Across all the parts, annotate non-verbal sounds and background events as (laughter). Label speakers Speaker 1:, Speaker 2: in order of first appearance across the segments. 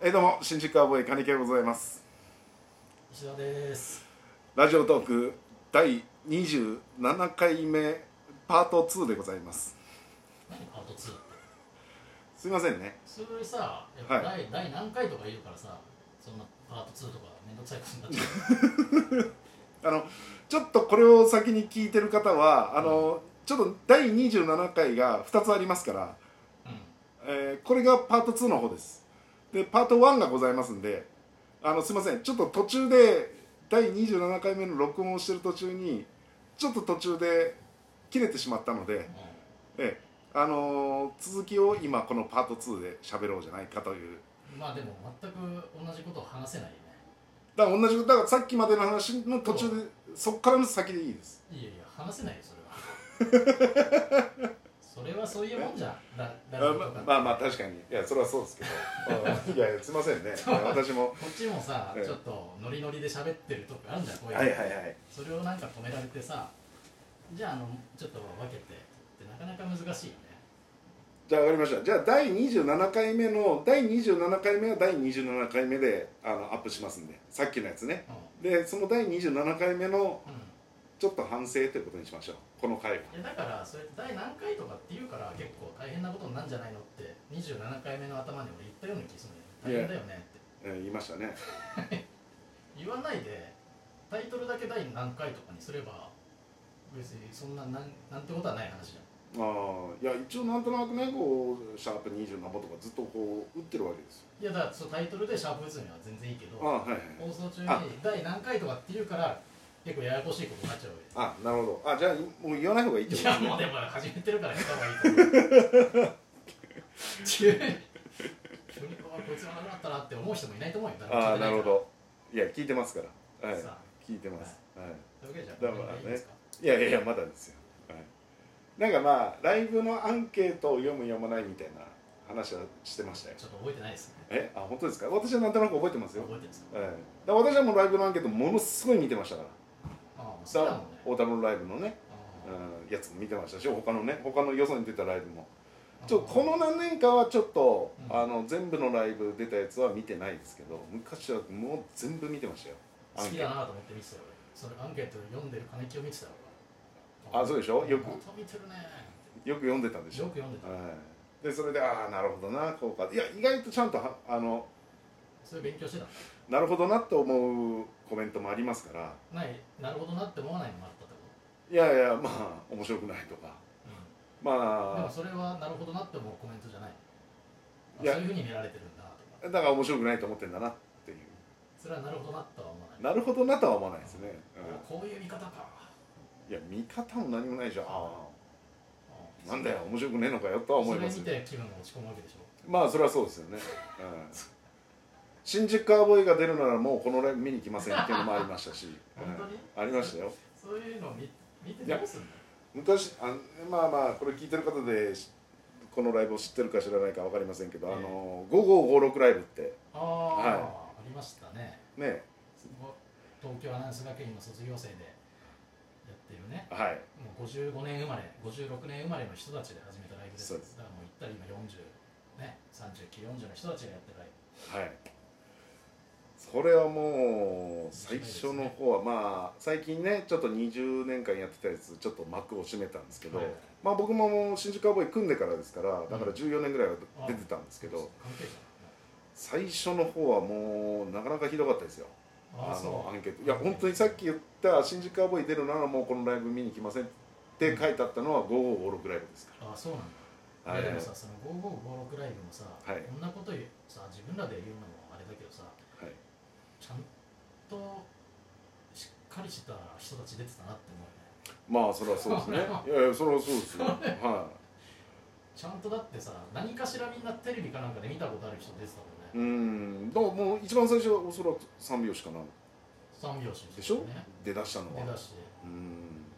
Speaker 1: えーどうも新宿アボーイ金木でございます
Speaker 2: 石田です。
Speaker 1: ラジオトーク第27回目パート2でございます
Speaker 2: 何パート2って。
Speaker 1: すいませんね
Speaker 2: それさ、や
Speaker 1: は
Speaker 2: っぱ第、第何回とか言うからさ、そんなパート2とかめんどくさいことになっちゃう。
Speaker 1: あのちょっとこれを先に聞いてる方はあの、ちょっと第27回が2つありますから、
Speaker 2: うん。
Speaker 1: えーこれがパート2の方ですでパート1がございますんであのすいませんちょっと途中で第27回目の録音をしてる途中にちょっと途中で切れてしまったので、
Speaker 2: うん
Speaker 1: ええあのー続きを今このパート2で喋ろうじゃないかという
Speaker 2: まあでも全く同じことを話せないよね。
Speaker 1: だから同じことだからさっきまでの話の途中でそっからの先でいいです
Speaker 2: いやいや、話せないよ、それは。
Speaker 1: (laughs)
Speaker 2: それはそういうもんじゃん。だ、
Speaker 1: あ
Speaker 2: だ
Speaker 1: ま
Speaker 2: とか。
Speaker 1: まあまあ確かにいやそれはそうですけどうんいやいやすいませ (laughs) んねいや私も
Speaker 2: こっちもさ、
Speaker 1: ええ
Speaker 2: ちょっとノリノリで喋ってるとこあるじゃん、こういうの
Speaker 1: はいはいはい
Speaker 2: それをなんか止められてさ、じゃああの、ちょっと分けてってなかなか難しいよね。
Speaker 1: じゃあ分かりましたじゃあ第27回目の第27回目は第27回目であのアップしますんでさっきのやつね
Speaker 2: う
Speaker 1: でその第27回目の
Speaker 2: ん。うん
Speaker 1: ちょっと反省ということにしましょうこの回は
Speaker 2: えだからそれ第何回とかって言うから結構大変なことになるんじゃないのって27回目の頭に俺言ったような気がするんだよね大変だよねって
Speaker 1: えー言いましたね
Speaker 2: 言わないでタイトルだけ第何回とかにすれば別にそんななんなんてことはない話じ
Speaker 1: あ
Speaker 2: ゃん
Speaker 1: あいや一応なんとなくねこうシャープ20何本とかずっとこう打ってるわけですよ
Speaker 2: いやだからそのタイトルでシャープ打つには全然いいけど
Speaker 1: ああは
Speaker 2: 放
Speaker 1: いはい
Speaker 2: 送中に
Speaker 1: あ
Speaker 2: 第何回とかって言うから結構ややこしいことになっちゃうわ
Speaker 1: あ
Speaker 2: け
Speaker 1: なるほどあじゃあいもう言わない方がいいって
Speaker 2: い
Speaker 1: こと
Speaker 2: や
Speaker 1: ね
Speaker 2: もうでも始めてるからやった方がいいと思う
Speaker 1: (laughs)
Speaker 2: 急に急にあこいつがなくなったなって思う人もいないと思うよ誰も
Speaker 1: ああ
Speaker 2: 聞いていから
Speaker 1: なるほどいや聞いてますからはい
Speaker 2: さあ
Speaker 1: 聞いてます、はい
Speaker 2: というわけでじゃあ
Speaker 1: だ
Speaker 2: こ
Speaker 1: からね
Speaker 2: の辺でいいですか
Speaker 1: いやいやいやまだですよ、はい、なんかまあライブのアンケートを読む読まないみたいな話はしてましたよ
Speaker 2: ちょっと覚えてないですね
Speaker 1: えあ本当ですか私はなんとなく覚えてますよ、
Speaker 2: 覚えてるんですか
Speaker 1: はい、だから私はもうライブのアンケートものすごい見てましたから
Speaker 2: ああもう好き
Speaker 1: さあ
Speaker 2: だもんね
Speaker 1: 太田のライブのね
Speaker 2: あ
Speaker 1: うんやつも見てましたし他のね他のよそに出たライブも
Speaker 2: あ
Speaker 1: ちょっとこの何年かはちょっと、
Speaker 2: うん
Speaker 1: あの全部のライブ出たやつは見てないですけど昔はもう全部見てましたよ
Speaker 2: 好き
Speaker 1: ア
Speaker 2: だ
Speaker 1: ンケー
Speaker 2: なと思って見てたよ俺それアンケート読んでる金木を見てたよ
Speaker 1: あそうでしょよく
Speaker 2: 本当見てるね
Speaker 1: トよく読んでたんでしょ
Speaker 2: よく読んでた
Speaker 1: はい、でそれでああなるほどなこうかいや意外とちゃんとはあの
Speaker 2: それ勉強してた
Speaker 1: なるほどなと思うコメントもありますから
Speaker 2: ないなるほどなって思わないのもあったって
Speaker 1: い
Speaker 2: こ
Speaker 1: やいやまあ面白くないとか
Speaker 2: とうんでも
Speaker 1: ま
Speaker 2: それはなるほどなって思うコメントじゃないあ
Speaker 1: いや
Speaker 2: そういうふうに見られてるんだなとか
Speaker 1: あだから面白くないと思ってんだなっていう
Speaker 2: それはなるほどなとは思わない
Speaker 1: なるほどなとは思わないですね、
Speaker 2: あこういう見方か
Speaker 1: うん、いや見方も何もないじゃんあ
Speaker 2: あ
Speaker 1: あなんだよ面白くねえのかよとは思いますよ
Speaker 2: それ見て気分が落ち込むわけでしょ
Speaker 1: まあそれはそうですよね、うん、新宿アボーイが出るならもうこのライブ見に来ませんっていうのもありましたし、
Speaker 2: (laughs) 本当に
Speaker 1: うんありましたよ
Speaker 2: そういうのを見見てどうすんの
Speaker 1: 昔あまあまあこれ聞いてる方でしこのライブを知ってるか知らないか分かりませんけど、
Speaker 2: ええ
Speaker 1: あの5556ライブって
Speaker 2: ああ、
Speaker 1: はい
Speaker 2: ありましたね
Speaker 1: ね
Speaker 2: すごい東京アナウンス学院の卒業生でやってるね
Speaker 1: はい
Speaker 2: もう55年生まれ56年生まれの人たちで始めたライブです
Speaker 1: そうです
Speaker 2: だからもう行ったら今40ね3940の人たちがやってるライ
Speaker 1: はいそれはもう最初の方はまあ最近ねちょっと20年間やってたやつちょっと幕を閉めたんですけど、
Speaker 2: はい
Speaker 1: まあ僕ももう新宿アボーイ組んでからですからだから14年ぐらいは出てたんです
Speaker 2: ブ
Speaker 1: けど、
Speaker 2: 関係者
Speaker 1: 最初の方はもうなかなかひどかったですよ
Speaker 2: ああ
Speaker 1: あの
Speaker 2: そ
Speaker 1: ア
Speaker 2: う
Speaker 1: ンケートいや本当にさっき言った「新宿アボーイ出るならもうこのライブ見に来ません」って書いてあったのは5556ライブですか
Speaker 2: ああそうなんだ
Speaker 1: ら、
Speaker 2: いや
Speaker 1: は
Speaker 2: で
Speaker 1: い
Speaker 2: もさその5556ライブもさ、
Speaker 1: はい
Speaker 2: こんなこと言うさ自分らで言うのもあれだけどさ
Speaker 1: はい
Speaker 2: ちゃんとしっかりした人たち出てたなって思うよね
Speaker 1: まあそれはそうです
Speaker 2: (laughs)
Speaker 1: ねいやいやそれはそうですよは
Speaker 2: ちゃんとだってさ何かしらみんなテレビかなんかで見たことある人出てたも
Speaker 1: い
Speaker 2: んね、
Speaker 1: うんだからもう一番最初はおそらく3拍子かな
Speaker 2: 三拍子
Speaker 1: でしょ
Speaker 2: ね
Speaker 1: 出だしたの
Speaker 2: 出
Speaker 1: は
Speaker 2: だして
Speaker 1: うん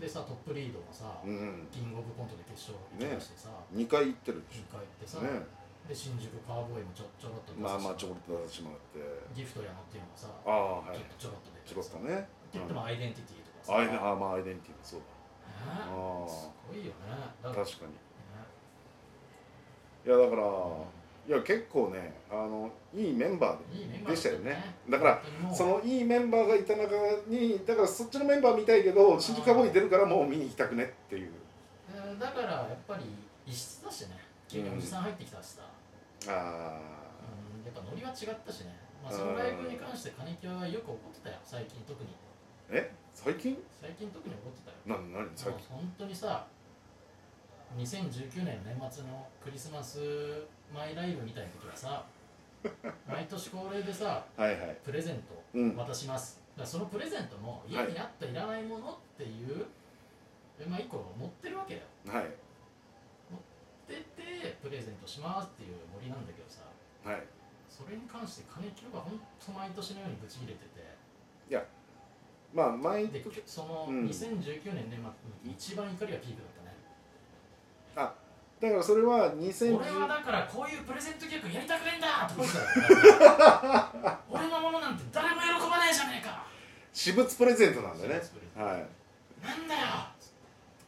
Speaker 2: でさトップリードもさ、
Speaker 1: うん
Speaker 2: キングオブコントで決勝行きましてさ、
Speaker 1: 2回行ってるでし
Speaker 2: 2回行ってさ、
Speaker 1: ょね
Speaker 2: で新宿カーボーイもちょちょろっと出
Speaker 1: まあまあちょ
Speaker 2: し
Speaker 1: こっと出してもらって
Speaker 2: ギフトやのっていうのもさ
Speaker 1: ああは
Speaker 2: ち
Speaker 1: い
Speaker 2: ょっとちょろっと
Speaker 1: ち
Speaker 2: 出て
Speaker 1: ょこっとね
Speaker 2: で
Speaker 1: うん
Speaker 2: でもアイデンティティとかさ
Speaker 1: あいあまあアイデンティティそう
Speaker 2: ね
Speaker 1: だあ
Speaker 2: すごいよねだ
Speaker 1: あ
Speaker 2: からね
Speaker 1: 確かにいやだからいや結構ねあのいいメンバーで
Speaker 2: いいメンバー
Speaker 1: でしたよねだからそ
Speaker 2: その
Speaker 1: のいいメンバーがいた中にだからそっちのメンバー見たいけど新宿カーボーイ出るからもう見に行きたくねっていう
Speaker 2: だからやっぱり異質だしね急におじさん入ってきたしさ、
Speaker 1: あ
Speaker 2: うんやっぱノリは違ったしね、まあ、そのライブに関して金木はよく怒ってたよ最近特に
Speaker 1: ーえ最近
Speaker 2: 最近特に怒ってたよ
Speaker 1: な何最
Speaker 2: もう本当にさ2019年年末のクリスマスマイライブみたいな時は (laughs) さ毎年恒例でさ
Speaker 1: 近はいはい
Speaker 2: プレゼン
Speaker 1: うん
Speaker 2: ト渡します、だからそのプレゼントも家にあったいらないものっていう、まあ一個持ってるわけだよ
Speaker 1: はい
Speaker 2: 持っててプレゼントしますっていう森なんだけどさ
Speaker 1: はい
Speaker 2: それに関して金木が本当毎年のようにブチ切れてて
Speaker 1: まあ毎
Speaker 2: でその
Speaker 1: うん
Speaker 2: 2019年年末に一番怒りがピークだった
Speaker 1: だ
Speaker 2: ね、
Speaker 1: からそれは2010
Speaker 2: 俺はだからこういうプレゼント客やりたくないんだと思ったよ俺のものなんて誰も喜ばないじゃねえか
Speaker 1: 私物プレゼントなんだね
Speaker 2: 私物プレゼン
Speaker 1: は
Speaker 2: なんだよ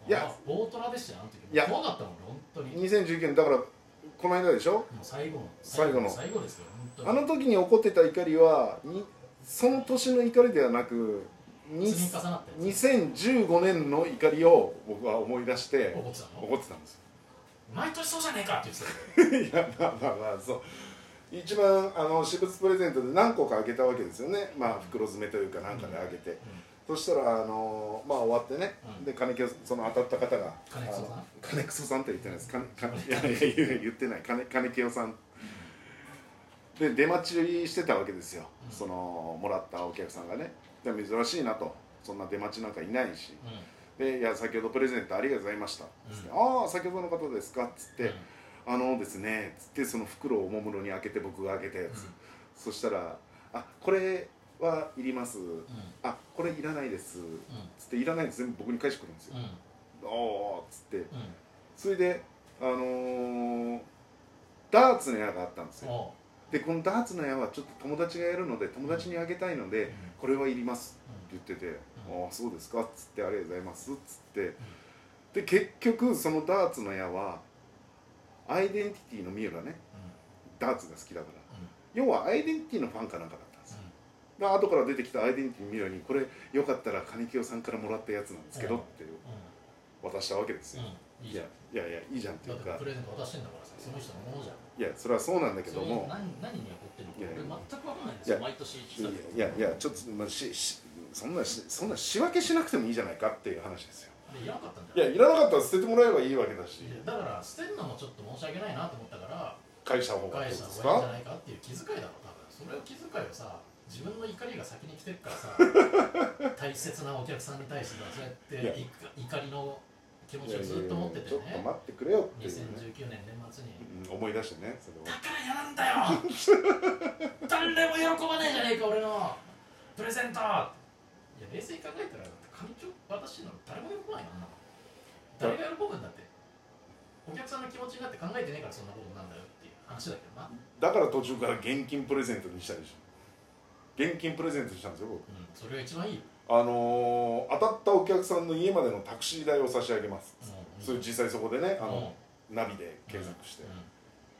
Speaker 1: いや
Speaker 2: あ大トラでしたよあの時
Speaker 1: いや
Speaker 2: 怖かったもん本当
Speaker 1: い
Speaker 2: にもう
Speaker 1: 2019年だからこの間でしょ
Speaker 2: 最後の
Speaker 1: 最後の
Speaker 2: 最後ですよ
Speaker 1: あ
Speaker 2: 本
Speaker 1: の時に怒ってた怒りはにその年の怒りではなく
Speaker 2: 当
Speaker 1: に
Speaker 2: に積み重なったやつ
Speaker 1: 2015年の怒りを僕は思い出して
Speaker 2: 怒ってたの
Speaker 1: 怒ってたんですよ
Speaker 2: 毎年そうじゃねえかって言ってたよ
Speaker 1: (laughs) いやまあまあまあそう一番あの私物プレゼントで何個かあげたわけですよねまあ袋詰めというかなんかであげて、そしたらあのまあ終わってね、
Speaker 2: うん
Speaker 1: で金木をその当たった方が
Speaker 2: 金木さん
Speaker 1: あの金木さんって言ってないです金金いやいや言う言ってない金金木さんで出待ちしてたわけですよ、
Speaker 2: うん
Speaker 1: そのもらったお客さんがねで珍しいなとそんな出待ちなんかいないし
Speaker 2: うんうん
Speaker 1: で「いや先ほどプレゼントありがとうございました」つってああ先ほどの方ですか」っつって、
Speaker 2: うん
Speaker 1: あのですね」つってその袋をおもむろに開けて僕が開けたやつ、そしたら「あこれはいります」あこれいらないです」つって「いらない」全部僕に返してくるんですよ
Speaker 2: うんうんうん
Speaker 1: 「おーっつって
Speaker 2: うん
Speaker 1: それであのーダーツの矢があったんです
Speaker 2: うん
Speaker 1: よ
Speaker 2: おう
Speaker 1: でこのダーツの矢はちょっと友達がやるので友達にあげたいので
Speaker 2: うん
Speaker 1: 「これはいります」って言ってて「ああそうですか」っつって「ありがとうございます」っつってで結局そのダーツの矢はアイデンティティのミュウがねダーツが好きだから要はアイデンティティのファンかなんかだったんですよで後から出てきたアイデンティティミラーにこれよかったら金清さんからもらったやつなんですけどって
Speaker 2: う
Speaker 1: 渡したわけです
Speaker 2: んうん
Speaker 1: よ、
Speaker 2: うんいい
Speaker 1: い
Speaker 2: じゃ
Speaker 1: や
Speaker 2: ん
Speaker 1: いやいやいいじゃんって
Speaker 2: だ
Speaker 1: い
Speaker 2: っ
Speaker 1: う
Speaker 2: て
Speaker 1: か
Speaker 2: プレゼント渡してんだからさその人のものじゃん
Speaker 1: いやそれはそうなんだけ
Speaker 2: そ
Speaker 1: ど
Speaker 2: れ
Speaker 1: も
Speaker 2: 何何に怒ってるのか
Speaker 1: いやいや
Speaker 2: 俺全く分かんないんです
Speaker 1: い
Speaker 2: よ
Speaker 1: や
Speaker 2: 毎年
Speaker 1: い
Speaker 2: 言
Speaker 1: や
Speaker 2: ってたけど
Speaker 1: いやいやちょっと、まあ、ししそんなしそんな仕分けしなくてもいいじゃないかっていう話ですよ
Speaker 2: でいらなかったん
Speaker 1: い
Speaker 2: だ
Speaker 1: や
Speaker 2: よ
Speaker 1: いらなかったら捨ててもらえばいいわけだし
Speaker 2: いやだから捨てるのもちょっと申し訳ないなと思ったから
Speaker 1: 返した方がどう
Speaker 2: 返
Speaker 1: で
Speaker 2: し
Speaker 1: す
Speaker 2: た方がいいんじ
Speaker 1: か
Speaker 2: ゃないかっていう気遣いだろ多分それを気遣いをさ自分の怒りが先に来てるから
Speaker 1: (laughs)
Speaker 2: さ大切なお客さんに対してさそうやって
Speaker 1: いや
Speaker 2: い怒りの気持
Speaker 1: い
Speaker 2: ち
Speaker 1: や
Speaker 2: を
Speaker 1: いや
Speaker 2: ずっと持ってて
Speaker 1: ちょっと
Speaker 2: ね
Speaker 1: 待ってくれよっていうね、
Speaker 2: 2019年年末に
Speaker 1: うん、思い出してねそ
Speaker 2: だ
Speaker 1: れを
Speaker 2: から嫌なんだよ誰も喜ばねえじゃねえか俺のプレゼントいや冷静に考えたら紙帳渡してんの誰も喜ばないよあんなの誰が喜ぶんだってお客さんの気持ちになって考えてねえからそんなことになんだよっていう話だけどな、うん、
Speaker 1: だから途中から現金プレゼントにしたでしょ現金プレゼントしたんですよ僕
Speaker 2: それが一番いいよ、
Speaker 1: あのー当たったお客さんの家までのタクシー代を差し上げます、
Speaker 2: うん
Speaker 1: それ実際そこでねあ
Speaker 2: うん
Speaker 1: の、ナビで検索して、
Speaker 2: うん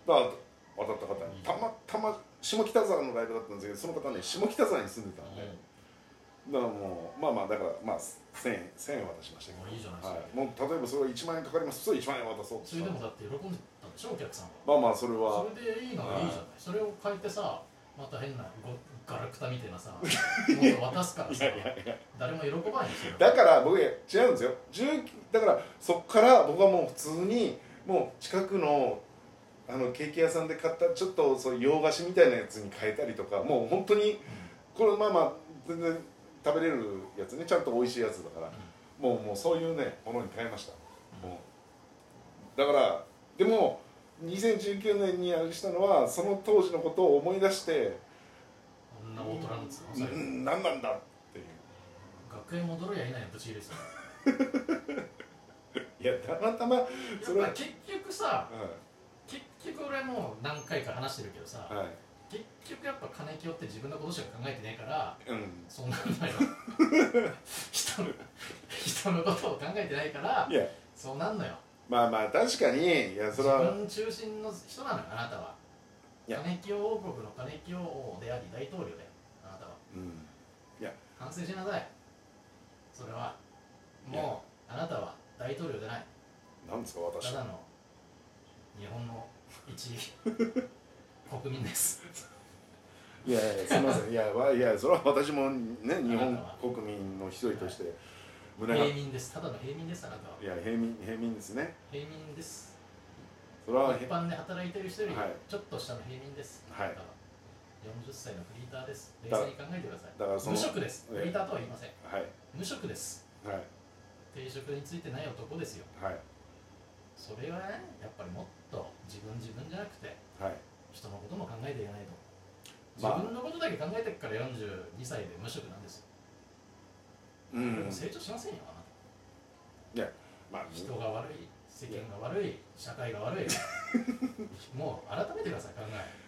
Speaker 1: だから当たった方にたまたま下北沢のライブだったんですけどその方ね下北沢に住んでたんで、だからもうまあまあだからまあ1000円1000円渡しましたけど
Speaker 2: もういいじゃな
Speaker 1: は
Speaker 2: いで
Speaker 1: い、
Speaker 2: す
Speaker 1: もう例えばそれは1万円かかりますそれ1万円渡そうとし
Speaker 2: それ
Speaker 1: た
Speaker 2: で
Speaker 1: ら
Speaker 2: もだって喜んでたんでしょお客さんは
Speaker 1: まあまあそれは
Speaker 2: それでいいのがいいじゃないそれを変えてさまた変なごガラクタみたいな
Speaker 1: (laughs)
Speaker 2: さものを渡すからさ誰も喜ばないんですよ
Speaker 1: だから僕違うんですよ19だからそこから僕はもう普通にもう近くのあのケーキ屋さんで買ったちょっとそう洋菓子みたいなやつに変えたりとかもう本当にこれまあまあ全然食べれるやつねちゃんと美味しいやつだからもうもうそういうねものに変えましたもうだからでも2019年にあれしたのはその当時のことを思い出して
Speaker 2: こんな大人なんですよ
Speaker 1: う
Speaker 2: 最後
Speaker 1: ん何なんだっていう
Speaker 2: 学園戻るやいないやぶち切れですよ
Speaker 1: いやたまたまそれ
Speaker 2: や
Speaker 1: は
Speaker 2: っぱ結局さ
Speaker 1: う
Speaker 2: 結局俺もう何回か話してるけどさ
Speaker 1: んはい
Speaker 2: 結局やっぱ金清って自分のことしか考えてねえから
Speaker 1: うん
Speaker 2: そんなん
Speaker 1: (laughs)
Speaker 2: だよ人の人のことを考えてないから
Speaker 1: いや
Speaker 2: そうなんのよ
Speaker 1: まあまあ確かにいやそ
Speaker 2: 自
Speaker 1: れは
Speaker 2: 分中心の人なのよあなたはいや金清王国の金清王であり大統領だよあなたは
Speaker 1: うん
Speaker 2: 反省しなさいそれはもうあなたは大統領じゃない
Speaker 1: なんですか
Speaker 2: た
Speaker 1: 私
Speaker 2: だの日本の一 (laughs) 国民です
Speaker 1: いやいやすみませんいやわいやそれは私もね日
Speaker 2: あ
Speaker 1: 本
Speaker 2: なたは
Speaker 1: 国民の一人として胸が
Speaker 2: 平
Speaker 1: い
Speaker 2: 民ですただの平民ですあなたは
Speaker 1: や平民平民ですね
Speaker 2: 平民です
Speaker 1: それは
Speaker 2: 一
Speaker 1: へ
Speaker 2: 般で働いてる人より
Speaker 1: はい
Speaker 2: ちょっと下の平民です、
Speaker 1: はい
Speaker 2: あなたは40歳のフリーターです冷
Speaker 1: だ
Speaker 2: 静に考えてください
Speaker 1: だからその
Speaker 2: 無職です
Speaker 1: ええ
Speaker 2: フリーターとは言いません
Speaker 1: はい
Speaker 2: 無職です
Speaker 1: はい
Speaker 2: 定職についてない男ですよ
Speaker 1: はい
Speaker 2: それはねやっぱりもっと自分自分じゃなくて
Speaker 1: はい
Speaker 2: 人のことも考えていかないと自
Speaker 1: まあ
Speaker 2: 分のことだけ考えてるから42歳で無職なんですよ、
Speaker 1: う
Speaker 2: で
Speaker 1: ん
Speaker 2: も成長しませんよあな
Speaker 1: まあ
Speaker 2: た人が悪い世間が悪い社会
Speaker 1: (laughs)
Speaker 2: が悪いもう改めてください考え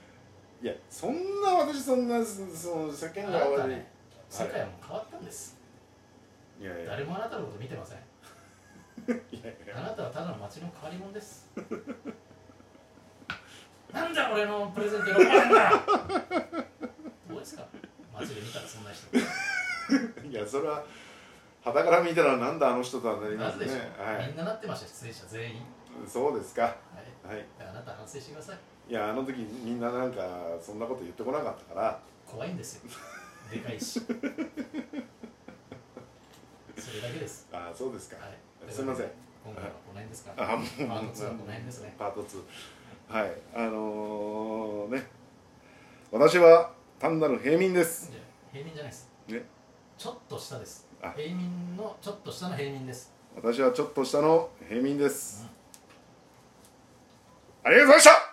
Speaker 1: いやそんな私そんなそその世間が
Speaker 2: あなた
Speaker 1: 悪い
Speaker 2: ね世界はもう変わったんです、
Speaker 1: いやいや
Speaker 2: 誰もあなたのこと見てません
Speaker 1: いやいや
Speaker 2: あなたはただの町の変わり者です (laughs) なんだ俺のプレゼント喜ばれんだどうですか街で見たらそんな人
Speaker 1: いやそれは肌から見たらなんだあの人とはなり
Speaker 2: な
Speaker 1: ます
Speaker 2: ぜ
Speaker 1: ね
Speaker 2: でしょう、
Speaker 1: は
Speaker 2: みんななってました出演者全員、
Speaker 1: いそうですか
Speaker 2: はい、
Speaker 1: はい
Speaker 2: あなた反省してください
Speaker 1: いやあの時みんななんかそんなこと言ってこなかったから
Speaker 2: 怖いんですよでか
Speaker 1: (laughs)
Speaker 2: いしそれだけです、
Speaker 1: ああそうですか
Speaker 2: はい、
Speaker 1: すいません
Speaker 2: 今回はこの辺ですか
Speaker 1: あもう
Speaker 2: パート2はこの辺ですね
Speaker 1: パート2はいあのー、ね私は単なる平民です
Speaker 2: じゃあ平民じゃないです
Speaker 1: ね
Speaker 2: ちょっと下です
Speaker 1: あ
Speaker 2: 平民のちょっと下の平民です
Speaker 1: 私はちょっと下の平民です、ありがとうございました